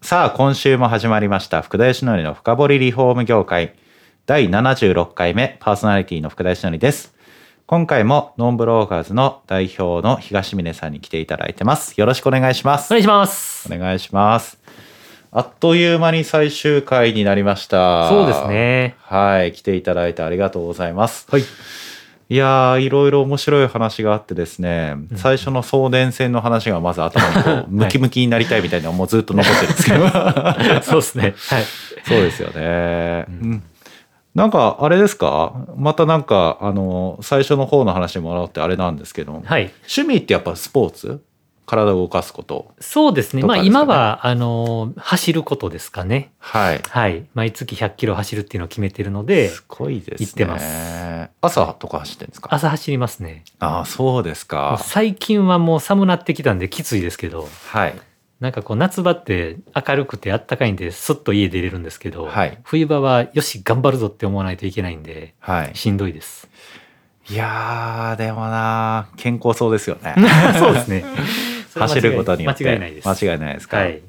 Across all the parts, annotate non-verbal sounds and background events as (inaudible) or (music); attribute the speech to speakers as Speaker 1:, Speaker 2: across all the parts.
Speaker 1: さあ今週も始まりました福田義則の深掘りリフォーム業界第76回目パーソナリティの福田義則です今回もノンブローカーズの代表の東峰さんに来ていただいてますよろしくお願いします
Speaker 2: お願いします。
Speaker 1: お願いしますあっという間に最終回になりました
Speaker 2: そうですね (laughs)
Speaker 1: はい来ていただいてありがとうございます
Speaker 2: はい。
Speaker 1: いやーいろいろ面白い話があってですね、最初の送電線の話がまず頭 (laughs) にこう、ムキムキになりたいみたいなのもうずっと残ってるんですけど (laughs)
Speaker 2: そうですね。はい。
Speaker 1: そうですよね、うんなんかあれですかまたなんかあの最初の方の話にもらってあれなんですけど、
Speaker 2: はい。
Speaker 1: 趣味ってやっぱスポーツ体を動かすこと
Speaker 2: そうですね。
Speaker 1: とか
Speaker 2: まあ
Speaker 1: ですかね
Speaker 2: 今は、あの、走ることですかね。
Speaker 1: はい、
Speaker 2: はい。毎月100キロ走るっていうのを決めてるのです
Speaker 1: ごいですね
Speaker 2: 行ってます
Speaker 1: 朝とか走ってるんですか
Speaker 2: 朝走りますね。
Speaker 1: ああそうですか
Speaker 2: 最近はもう寒なってきたんできついですけど、
Speaker 1: はい
Speaker 2: なんかこう夏場って明るくて暖かいんで、すっと家出れるんですけど、
Speaker 1: はい
Speaker 2: 冬場はよし、頑張るぞって思わないといけないんで、
Speaker 1: はい
Speaker 2: しんどい
Speaker 1: (laughs)
Speaker 2: です。
Speaker 1: いやーでもなー健康そうですよね
Speaker 2: (laughs) そうで
Speaker 1: (laughs)
Speaker 2: すね。
Speaker 1: 走ることによって
Speaker 2: 間違いないです。
Speaker 1: 間違いないですか、
Speaker 2: はい。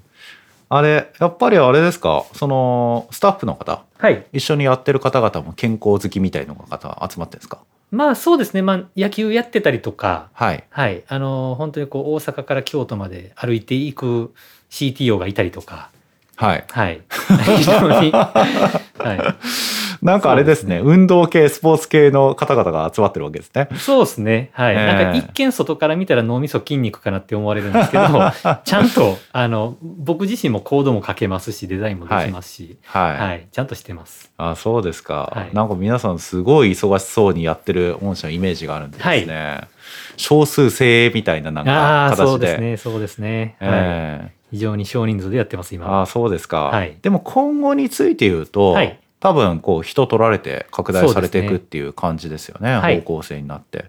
Speaker 1: あれやっぱりあれですかそのスタッフの方
Speaker 2: はい。
Speaker 1: 一緒にやってる方々も健康好きみたいな方が集まってるんですか
Speaker 2: まあそうですね。まあ野球やってたりとか、
Speaker 1: はい
Speaker 2: はい、あの本当にこう大阪から京都まで歩いていく CTO がいたりとか、
Speaker 1: はい (laughs)
Speaker 2: はい、非常に、は
Speaker 1: なんかあれですね運動系スポーツ系の方々が集まってるわけですね
Speaker 2: い、そうですね、はい、
Speaker 1: ええ
Speaker 2: なんか一見外から見たら脳みそ筋肉かなって思われるんですけ
Speaker 1: (laughs)
Speaker 2: ど、ちゃんとあの僕自身もコードも書けますし、デザインもできますし、
Speaker 1: はい、
Speaker 2: はい、ちゃんとしてます。
Speaker 1: あそうですか、
Speaker 2: はい
Speaker 1: なんか皆さんすごい忙しそうにやってる御社のイメージがあるんですね、少数精鋭みたいななん
Speaker 2: ああ
Speaker 1: か
Speaker 2: ー、そ
Speaker 1: 形
Speaker 2: うです
Speaker 1: で
Speaker 2: ね、そうですね、はい、
Speaker 1: ええ
Speaker 2: 非常に少人数でやってます今
Speaker 1: あ
Speaker 2: は。
Speaker 1: あそうですか、
Speaker 2: はい
Speaker 1: でも今後について言うと、
Speaker 2: はい
Speaker 1: 多分こう人取られて拡大されてい
Speaker 2: そ
Speaker 1: くっ
Speaker 2: うですね
Speaker 1: ていう感じですよね
Speaker 2: はい
Speaker 1: 方向性になって、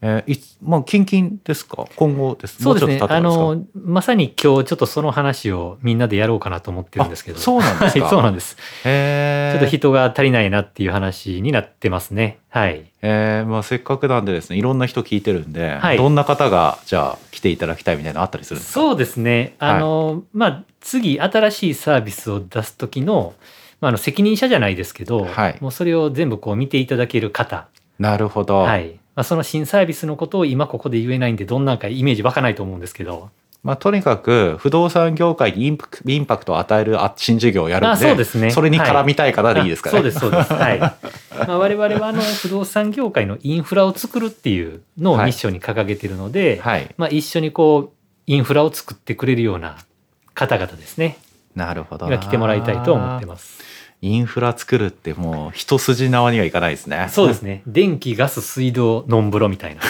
Speaker 1: えーいつまあ近々ですか今後です
Speaker 2: そうですね
Speaker 1: もちょっと
Speaker 2: あ
Speaker 1: 経ってからですか
Speaker 2: のまさに今日ちょっとその話をみんなでやろうかなと思ってるんですけど
Speaker 1: あそうなんですか
Speaker 2: は
Speaker 1: (laughs)
Speaker 2: い、そうなんです
Speaker 1: え
Speaker 2: ちょっと人が足りないなっていう話になってますね。はい。
Speaker 1: えーまあ、せっかくなんでですねいろんな人聞いてるんで、
Speaker 2: はい
Speaker 1: どんな方がじゃあ来ていただきたいみたいなのあったりするんですか
Speaker 2: そうですね。
Speaker 1: はい
Speaker 2: あの、まあ、次、新しいサービスを出す時の、まあ、あの、責任者じゃないですけど、
Speaker 1: はい
Speaker 2: もうそれを全部こう見ていただける方。
Speaker 1: なるほど、
Speaker 2: はい。まあ、その新サービスのことを今ここで言えないんで、どんなんかイメージ湧かないと思うんですけど。
Speaker 1: まあ、とにかく不動産業界にインパクインパクトを与えるあ新事業をやるんで
Speaker 2: あそうですね
Speaker 1: それに絡みたい方でいいですかね、
Speaker 2: あそうです、そうです。はい。まあ、我々は、あの、不動産業界のインフラを作るっていうのをミッションに掲げてるので、
Speaker 1: はい
Speaker 2: まあ、一緒にこう、インフラを作ってくれるような方々ですね。
Speaker 1: なるほど
Speaker 2: には来てもらいたいと思って
Speaker 1: す
Speaker 2: ます。
Speaker 1: インフラ作るってもう一筋縄にはいかないですね。
Speaker 2: そうですね。 (laughs) 電気、ガス、水道、ノンブロみたいな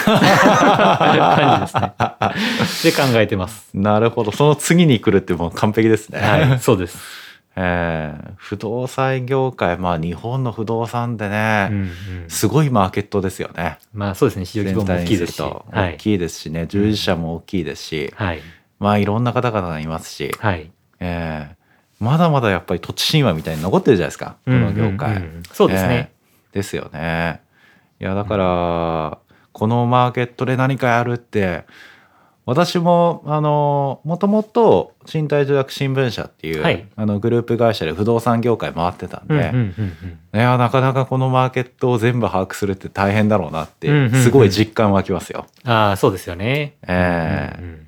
Speaker 2: 感じですね。で考えてます。
Speaker 1: (laughs) なるほど。その次に来るってもう完璧ですね。
Speaker 2: はい、そうです。
Speaker 1: (laughs) えー不動産業界、まあ日本の不動産でね、
Speaker 2: うんうん、
Speaker 1: すごいマーケットですよね。
Speaker 2: まあそうですね。市場規模も大きいですし。
Speaker 1: 全体にすると
Speaker 2: は
Speaker 1: 大
Speaker 2: い。
Speaker 1: きいですしね、従事者も大きいですし、
Speaker 2: はい。
Speaker 1: まあいろんな方々がいますし、
Speaker 2: はい。
Speaker 1: えーまだまだやっぱり土地神話みたいに残ってるじゃないですか、この業界。
Speaker 2: うんうんうんそうですね。
Speaker 1: えーですよね。いやだから、このマーケットで何かやるって私もあのもともと賃貸住宅新聞社っていう、
Speaker 2: はい
Speaker 1: あのグループ会社で不動産業界回ってたんで、
Speaker 2: うんうんうん
Speaker 1: いやなかなかこのマーケットを全部把握するって大変だろうなっ
Speaker 2: うんうん
Speaker 1: て
Speaker 2: うん
Speaker 1: すごい実感湧きますよ。
Speaker 2: うん。ああ、そうですよね。
Speaker 1: えー
Speaker 2: うんうん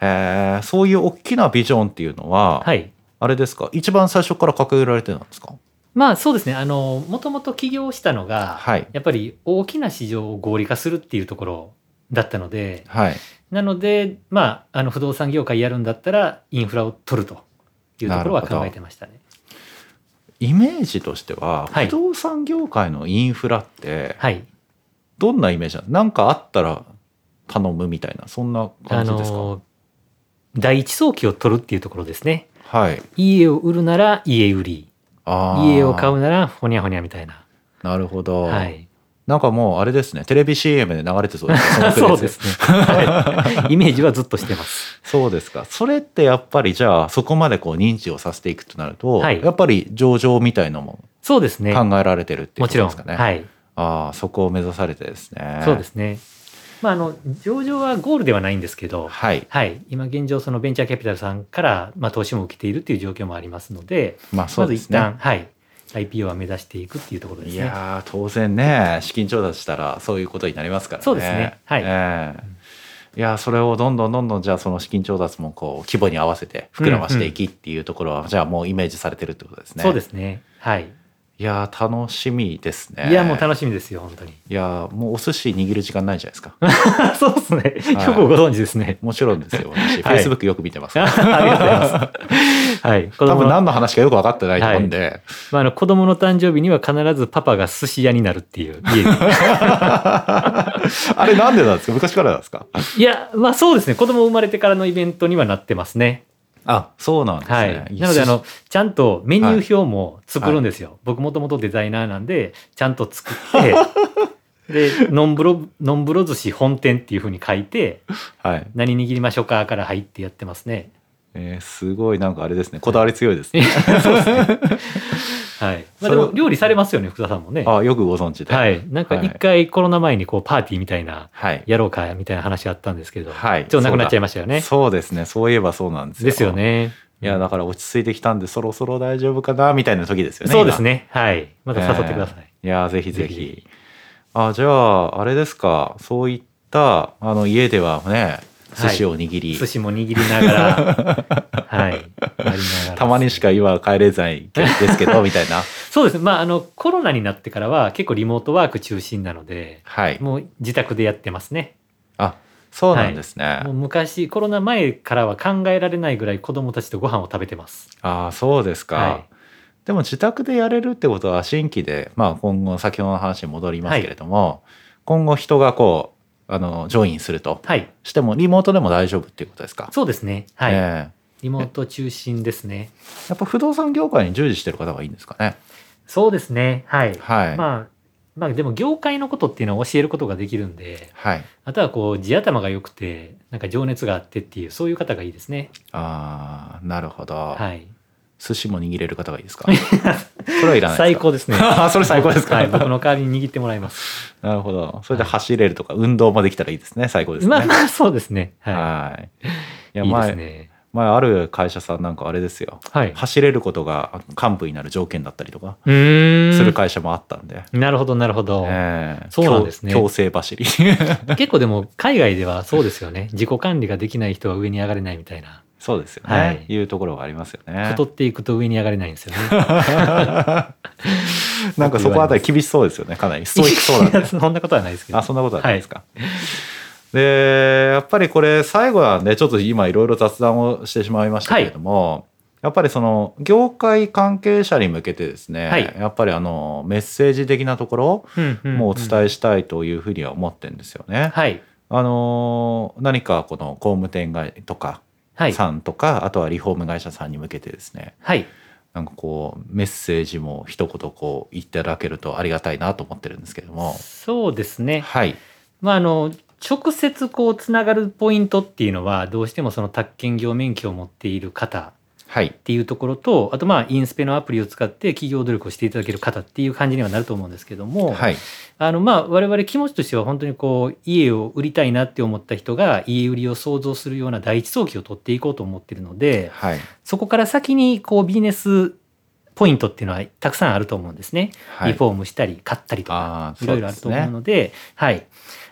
Speaker 1: えーそういう大きなビジョンっていうのは、
Speaker 2: はい。
Speaker 1: あれですか一番最初から掲げられてたんですか
Speaker 2: まあそうですね。あの、もともと起業したのが、
Speaker 1: はい
Speaker 2: やっぱり大きな市場を合理化するっていうところだったので、
Speaker 1: はい
Speaker 2: なので、まあ、あの不動産業界やるんだったら、インフラを取るというところは
Speaker 1: なるほど
Speaker 2: 考えてましたね。
Speaker 1: イメージとしては、
Speaker 2: はい
Speaker 1: 不動産業界のインフラって
Speaker 2: はい。
Speaker 1: どんなイメージなのなんかあったら頼むみたいなそんな
Speaker 2: あ
Speaker 1: 感じですか、
Speaker 2: の、第一早期を取るっていうところですね。
Speaker 1: はい。
Speaker 2: 家を売るなら家売り
Speaker 1: あー
Speaker 2: 家を買うならほにゃほにゃみたいな
Speaker 1: なるほど、
Speaker 2: はい
Speaker 1: なんかもうあれですねテレビ CM で流れてそうですね
Speaker 2: (laughs) そうですね、はい、イメージはずっとしてます
Speaker 1: そうですかそれってやっぱりじゃあそこまでこう認知をさせていくとなると、
Speaker 2: はい
Speaker 1: やっぱり上場みたいのも
Speaker 2: そうですね
Speaker 1: 考えられてるっていう
Speaker 2: も
Speaker 1: こ
Speaker 2: ち
Speaker 1: と
Speaker 2: ろん、
Speaker 1: ですかね、
Speaker 2: はい
Speaker 1: ああそこを目指されてですね
Speaker 2: そうですすねまああの上場はゴールではないんですけど
Speaker 1: はい
Speaker 2: はい、今現状そのベンチャーキャピタルさんから、まあ、投資も受けているっていう状況もありますので
Speaker 1: まあそうですね、
Speaker 2: まず一旦、はい、IPO は目指していくっていうところで
Speaker 1: い
Speaker 2: すね。
Speaker 1: やー当然ね資金調達したらそういうことになりますからね。
Speaker 2: そうですねはい
Speaker 1: ええいやーそれをどんどんどんどんじゃあその資金調達もこう規模に合わせて膨らましていきっていうところは、じゃあもうイメージされてるってことですね。
Speaker 2: そうですね。はい。
Speaker 1: いやー楽しみですね。
Speaker 2: いや、もう
Speaker 1: い
Speaker 2: 楽しみですよ、
Speaker 1: (laughs)
Speaker 2: 本当に。
Speaker 1: やーもうお寿司握る時間ないじゃないです
Speaker 2: (laughs)
Speaker 1: か。
Speaker 2: そうですね。
Speaker 1: はい
Speaker 2: よくご存知です
Speaker 1: (laughs)
Speaker 2: ね。
Speaker 1: もちろんですよ私
Speaker 2: はい
Speaker 1: Facebook よく見てます
Speaker 2: あ
Speaker 1: から。
Speaker 2: りがとうございます。はい。子
Speaker 1: 多
Speaker 2: 供
Speaker 1: 分
Speaker 2: の,、
Speaker 1: 何の話かよく分かってないと思うんで、
Speaker 2: まあ、あの子供の誕生日には必ずパパが寿司屋になるっ
Speaker 1: (laughs)
Speaker 2: ていう家に
Speaker 1: あれなんでなんですか昔からなんですか
Speaker 2: いや、まあそうですね。子供生まれてからのイベントにはなってますね。
Speaker 1: あそうなんですね、
Speaker 2: はい。なので、あの、ちゃんとメニュー表も作るんですよ。僕もともとデザイナーなんで、ちゃんと作っ
Speaker 1: (laughs)
Speaker 2: て、で、ノンブロ、ノンブロ寿司本店っていうふうに書いて、
Speaker 1: はい
Speaker 2: 何握りましょうかから入ってやってますね。
Speaker 1: えーすごいなんかあれですねこだわり強いですね
Speaker 2: はい。ま
Speaker 1: それ
Speaker 2: あ、で
Speaker 1: を
Speaker 2: も料理されますよね、福田さんもね。
Speaker 1: あよくご存知で。
Speaker 2: は
Speaker 1: はい。
Speaker 2: い。なんか一回コロナ前にこうパーティーみたいな、
Speaker 1: はい。
Speaker 2: やろうかみたいな話あったんですけど、
Speaker 1: はい
Speaker 2: ちょっとなくなっちゃいましたよね。
Speaker 1: そうですね。そういえばそうなんですよ。
Speaker 2: ですよ。ね。
Speaker 1: いや、だから落ち着いてきたんで、そろそろ大丈夫かな、みたいな時ですよね。
Speaker 2: そうです
Speaker 1: ね。
Speaker 2: ね。はい。また誘ってください。
Speaker 1: えーいや、ぜひぜ
Speaker 2: ぜひぜ
Speaker 1: ひ。あ、じゃあ、あれですか。そういった、あの、家ではね、寿司を握り、
Speaker 2: 寿司も握りなが
Speaker 1: (laughs)
Speaker 2: ら、はい。やりながら
Speaker 1: たまにしか今は帰れないです
Speaker 2: (laughs)
Speaker 1: けど、みたいな。
Speaker 2: そうですね。まあ、あの、コロナになってからは結構リモートワーク中心なので、
Speaker 1: はい。
Speaker 2: もう自宅でやってますね。
Speaker 1: あ、そうなんですね。
Speaker 2: もう昔、コロナ前からは考えられないぐらい子供たちとご飯を食べてます。
Speaker 1: あ、そうですか。
Speaker 2: は
Speaker 1: でも自宅でやれるってことは新規で、まあ、今後先ほどの話に戻りますけれども、今後人がこうあのジョインすると
Speaker 2: い。はい。
Speaker 1: してもリモートでも大丈夫っていうことですか、
Speaker 2: そうですね。はい。
Speaker 1: え
Speaker 2: リモート中心ですね。
Speaker 1: えやっぱ不動産業界に従事してる方がいいんですかね
Speaker 2: そうですね。はい。
Speaker 1: はい、
Speaker 2: まあ、まあ、でも業界のことっていうのは教えることができるんで、
Speaker 1: はい
Speaker 2: あとはこう、地頭が良くて、なんか情熱があってっていう、そういう方がいいですね。
Speaker 1: あーなるほど、
Speaker 2: はい。
Speaker 1: 寿司も握れる方がいいです
Speaker 2: (laughs)
Speaker 1: かそれはいらない
Speaker 2: 最
Speaker 1: ですか
Speaker 2: 高ですね。
Speaker 1: あ
Speaker 2: (laughs)
Speaker 1: それ (laughs) 最高ですか、
Speaker 2: はい。僕の代わりに握ってもらいます。
Speaker 1: なるほどそれで走れるとか運動もできたらいいですね最高ですね、
Speaker 2: まあまあ、そうですね。は
Speaker 1: はいい
Speaker 2: い。
Speaker 1: や
Speaker 2: いいで
Speaker 1: 前
Speaker 2: すね。
Speaker 1: 前ある会社さんなんかあれですよ
Speaker 2: はい。
Speaker 1: 走れることが幹部になる条件だったりとか
Speaker 2: うーん
Speaker 1: する会社もあったんで、
Speaker 2: なるほど、なるほど。
Speaker 1: ええ
Speaker 2: そうなんですね
Speaker 1: 強強制走り (laughs)
Speaker 2: 結構でも、海外ではそうですよね。自己管理ができない人は上に上がれないみたいな。
Speaker 1: そうですよね、、
Speaker 2: はいいう
Speaker 1: ところがありますよね
Speaker 2: 太っていくと上に上がれないんです
Speaker 1: (laughs)
Speaker 2: よね。
Speaker 1: なんかそこあたり厳しそうですよねかなりストイックそうなんで
Speaker 2: (laughs) いやそんなことはないですけど。
Speaker 1: あそんなことはないですか、でやっぱりこれ最後なんでちょっと今いろいろ雑談をしてしまいましたけれども、やっぱりその業界関係者に向けてですね、
Speaker 2: はい
Speaker 1: やっぱりあのメッセージ的なところ
Speaker 2: うんうんうん
Speaker 1: もお伝えしたいというふうには思ってるんですよね。
Speaker 2: はい。
Speaker 1: あのー何かこの工務店街とか
Speaker 2: はい。
Speaker 1: さんとか、あとはリフォーム会社さんに向けてですね
Speaker 2: はい。
Speaker 1: なんかこうメッセージも一言こういただけるとありがたいなと思ってるんですけども
Speaker 2: そうですね。
Speaker 1: はい
Speaker 2: まあ、あの、直接こう、つながるポイントっていうのは、どうしてもその宅建業免許を持っている方
Speaker 1: はい
Speaker 2: っていうところと、あとまあ、インスペのアプリを使って企業努力をしていただける方っていう感じにはなると思うんですけども、
Speaker 1: はい
Speaker 2: あのまあ我々気持ちとしては本当にこう家を売りたいなって思った人が家売りを想像するような第一早期を取っていこうと思っているので
Speaker 1: はい
Speaker 2: そこから先にこうビジネスポイントっていうのはたくさんあると思うんですね。
Speaker 1: はい
Speaker 2: リフォームしたり買ったりとか
Speaker 1: あー
Speaker 2: いろいろあると思うのではい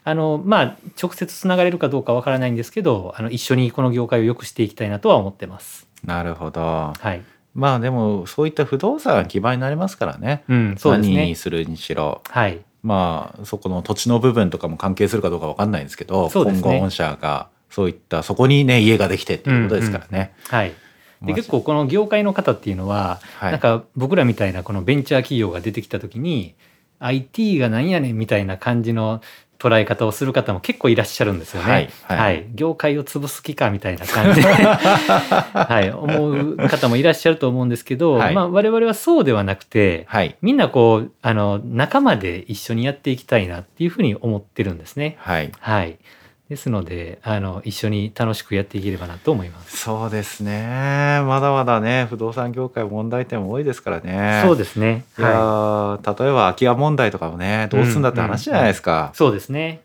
Speaker 2: あのまあ直接つながれるかどうかわからないんですけどあの一緒にこの業界を良くしていきたいなとは思ってます。
Speaker 1: なるほど
Speaker 2: はい、
Speaker 1: まあでもそういった不動産は基盤になりますからね
Speaker 2: うん、そうです
Speaker 1: 何
Speaker 2: ね
Speaker 1: に。するにしろ
Speaker 2: はい、
Speaker 1: まあそこの土地の部分とかも関係するかどうかわかんないんですけど
Speaker 2: そうですね
Speaker 1: 今後御社がそういったそこにね家ができてっていうことですからね。
Speaker 2: はい、で
Speaker 1: まあ
Speaker 2: 結構この業界の方っていうのは
Speaker 1: はい
Speaker 2: なんか僕らみたいなこのベンチャー企業が出てきた時に IT がなんやねんみたいな感じの捉え方をする方も結構いらっしゃるんですよね。
Speaker 1: はいは
Speaker 2: はいい。業界を潰す気かみたいな
Speaker 1: (laughs)
Speaker 2: 感じで、はい、思う方もいらっしゃると思うんですけど、
Speaker 1: はい
Speaker 2: まあ我々はそうではなくて、
Speaker 1: はい。
Speaker 2: みんなこう、あの、仲間で一緒にやっていきたいなっていうふうに思ってるんですね。
Speaker 1: はい。
Speaker 2: はい。ですので、あの、一緒に楽しくやっていければなと思います。
Speaker 1: そうですね。まだまだね、不動産業界問題点も多いですからね。
Speaker 2: そう
Speaker 1: で
Speaker 2: ですね。
Speaker 1: いや
Speaker 2: は
Speaker 1: ー例えば空き家問題とかもね、どうすんだって話じゃないですか
Speaker 2: い。。そうですね。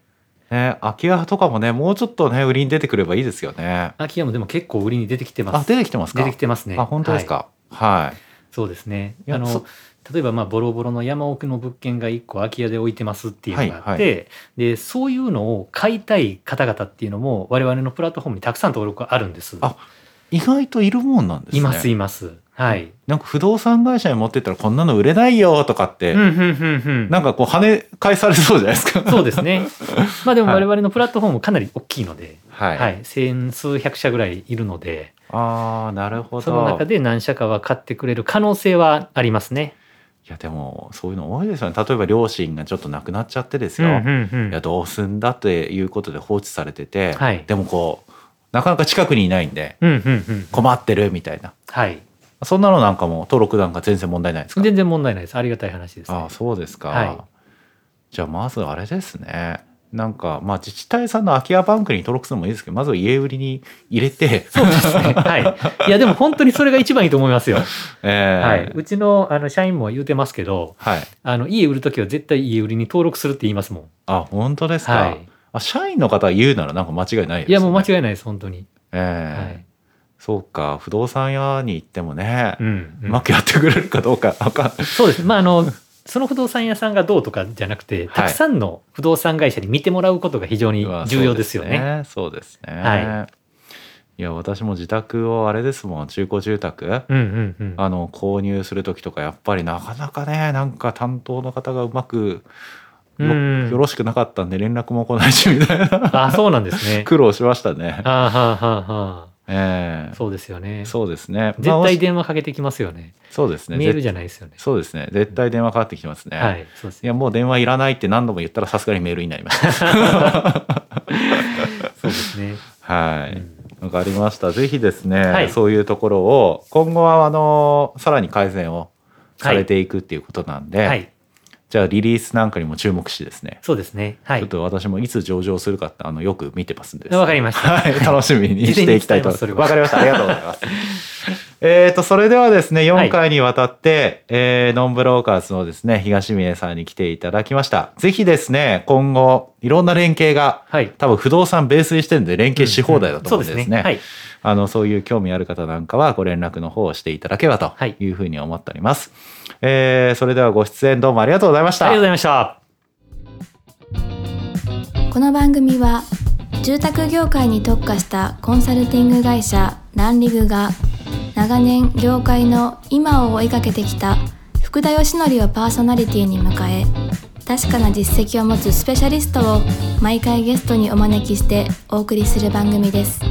Speaker 1: ね、空き家とかもね、もうちょっとね、売りに出てくればいいですよね。
Speaker 2: 秋山でも結構売りに出てきてま
Speaker 1: あ、
Speaker 2: す。
Speaker 1: 出てきてますか
Speaker 2: 出てきてますね。
Speaker 1: あ、本当です
Speaker 2: はい
Speaker 1: か。はい。
Speaker 2: そうですね。
Speaker 1: いや
Speaker 2: あ
Speaker 1: そ
Speaker 2: の例えばまあボロボロの山奥の物件が1個空き家で置いてますっていうのがあって、
Speaker 1: は
Speaker 2: でそういうのを買いたい方々っていうのも我々のプラットフォームにたくさん登録があるんです。
Speaker 1: あ意外といるもんなんですね。
Speaker 2: いますいます。はい。
Speaker 1: なんか不動産会社に持ってったらこんなの売れないよとかって、
Speaker 2: うんうんうんう
Speaker 1: なんかこう跳ね返されそうじゃないです
Speaker 2: ん。
Speaker 1: か。
Speaker 2: (laughs) そうですね。まあでも
Speaker 1: はい
Speaker 2: 我々のプラットフォームかなり大きいので、
Speaker 1: (laughs) は
Speaker 2: はい、千数百社ぐらいいるので、
Speaker 1: ああ、なるほど。
Speaker 2: その中で何社かは買ってくれる可能性はありますね。
Speaker 1: いやでもそういうの多いですよね例えば両親がちょっと亡くなっちゃってです
Speaker 2: うん
Speaker 1: よ、
Speaker 2: うんうん
Speaker 1: いやどうすんだっていうことで放置されてて、
Speaker 2: はい
Speaker 1: でもこうなかなか近くにいないんで
Speaker 2: うんうんうん。
Speaker 1: 困ってるみたいな
Speaker 2: はい。
Speaker 1: そんなのなんかも登録なんか全然問題ないですか
Speaker 2: 全然問題ないです。ありがたい話です、ね。
Speaker 1: ああそうですか、
Speaker 2: はい
Speaker 1: じゃあまずあれですねなんかまあ自治体さんの空き家バンクに登録するのもいいですけどまずは家売りに入れて、
Speaker 2: そうですね。 (laughs) はい。いや、でも本当にそれが一番いいと思いますよ。
Speaker 1: (laughs) えー
Speaker 2: はい。うちのあの社員も言うてますけど、
Speaker 1: はい、
Speaker 2: あの、家売るときは絶対家売りに登録するって言いますもん。
Speaker 1: あ本当ですか、
Speaker 2: は
Speaker 1: あ社員の方が言うならなんか間違いないです、ね、
Speaker 2: い。いや、もう間違いないです、本当に。
Speaker 1: えー
Speaker 2: はい。
Speaker 1: そうか、不動産屋に行ってもね、
Speaker 2: う。
Speaker 1: うん
Speaker 2: うん
Speaker 1: まくやってくれるかどうか、わかん
Speaker 2: そうです。まあ、あの、その不動産屋さんがどうとかじゃなくて、たくさんの不動産会社に見てもらうことが非常に重要ですよね。。
Speaker 1: そうですね。、
Speaker 2: はい
Speaker 1: や、私も自宅をあれですもん、中古住宅。
Speaker 2: うんうんうん。
Speaker 1: あの購入する時とかやっぱりなかなかねなんか担当の方がうまくよ
Speaker 2: うん
Speaker 1: よろしくなかったんで連絡も来ないしみたい
Speaker 2: (laughs)
Speaker 1: な
Speaker 2: あ、そうなんで
Speaker 1: (laughs)
Speaker 2: すね。
Speaker 1: 苦労しましたね。
Speaker 2: はあ、はあはあは
Speaker 1: え
Speaker 2: あ、
Speaker 1: え
Speaker 2: そうですよね。
Speaker 1: そうですね。
Speaker 2: 絶
Speaker 1: まあも
Speaker 2: 対
Speaker 1: し
Speaker 2: 電話かけてきますよね。
Speaker 1: そうですね。
Speaker 2: メール
Speaker 1: ぜ
Speaker 2: じゃないですよね。
Speaker 1: そうですね。絶対電話かかってきてますね。
Speaker 2: は、い。そうです
Speaker 1: いやもう電話いらないって何度も言ったらさすがにメールになりました。
Speaker 2: そうですね。
Speaker 1: は
Speaker 2: う
Speaker 1: い。
Speaker 2: ん
Speaker 1: わかりました。ぜひですね、
Speaker 2: はい
Speaker 1: そういうところを今後はあのさらに改善をされていくっていうことなんで、
Speaker 2: はい。
Speaker 1: じゃあリリースなんかにも注目してですね、
Speaker 2: そうですね。は
Speaker 1: ちょっ
Speaker 2: い。
Speaker 1: と私もいつ上場するかってあのよく見てますんでですね
Speaker 2: わかりました。
Speaker 1: はい、楽しみにしていきたいと思い
Speaker 2: 事前に伝えますそれ
Speaker 1: ます。
Speaker 2: は
Speaker 1: わかりました。ありがとうございます。 (laughs) えっと、それではですね、
Speaker 2: は
Speaker 1: 4
Speaker 2: い
Speaker 1: 回にわたって、えーノンブローカーズのですね、東峰さんに来ていただきました。ぜひですね、今後、いろんな連携が、
Speaker 2: はい。
Speaker 1: 多分不動産ベースにしてるんで連携し放題だと思うんで
Speaker 2: そ
Speaker 1: で
Speaker 2: うですすね。は
Speaker 1: ね。
Speaker 2: い。
Speaker 1: あの、そういう興味ある方なんかはご連絡の方をしていただければと
Speaker 2: はい
Speaker 1: いうふうに思っております。えーそれではご出演どうもありがとうございまし
Speaker 2: ありがと
Speaker 1: た
Speaker 2: うご。ざいました。
Speaker 3: この番組は住宅業界に特化したコンサルティング会社ランリグが長年業界の今を追いかけてきた福田義則をパーソナリティに迎え確かな実績を持つスペシャリストを毎回ゲストにお招きしてお送りする番組です。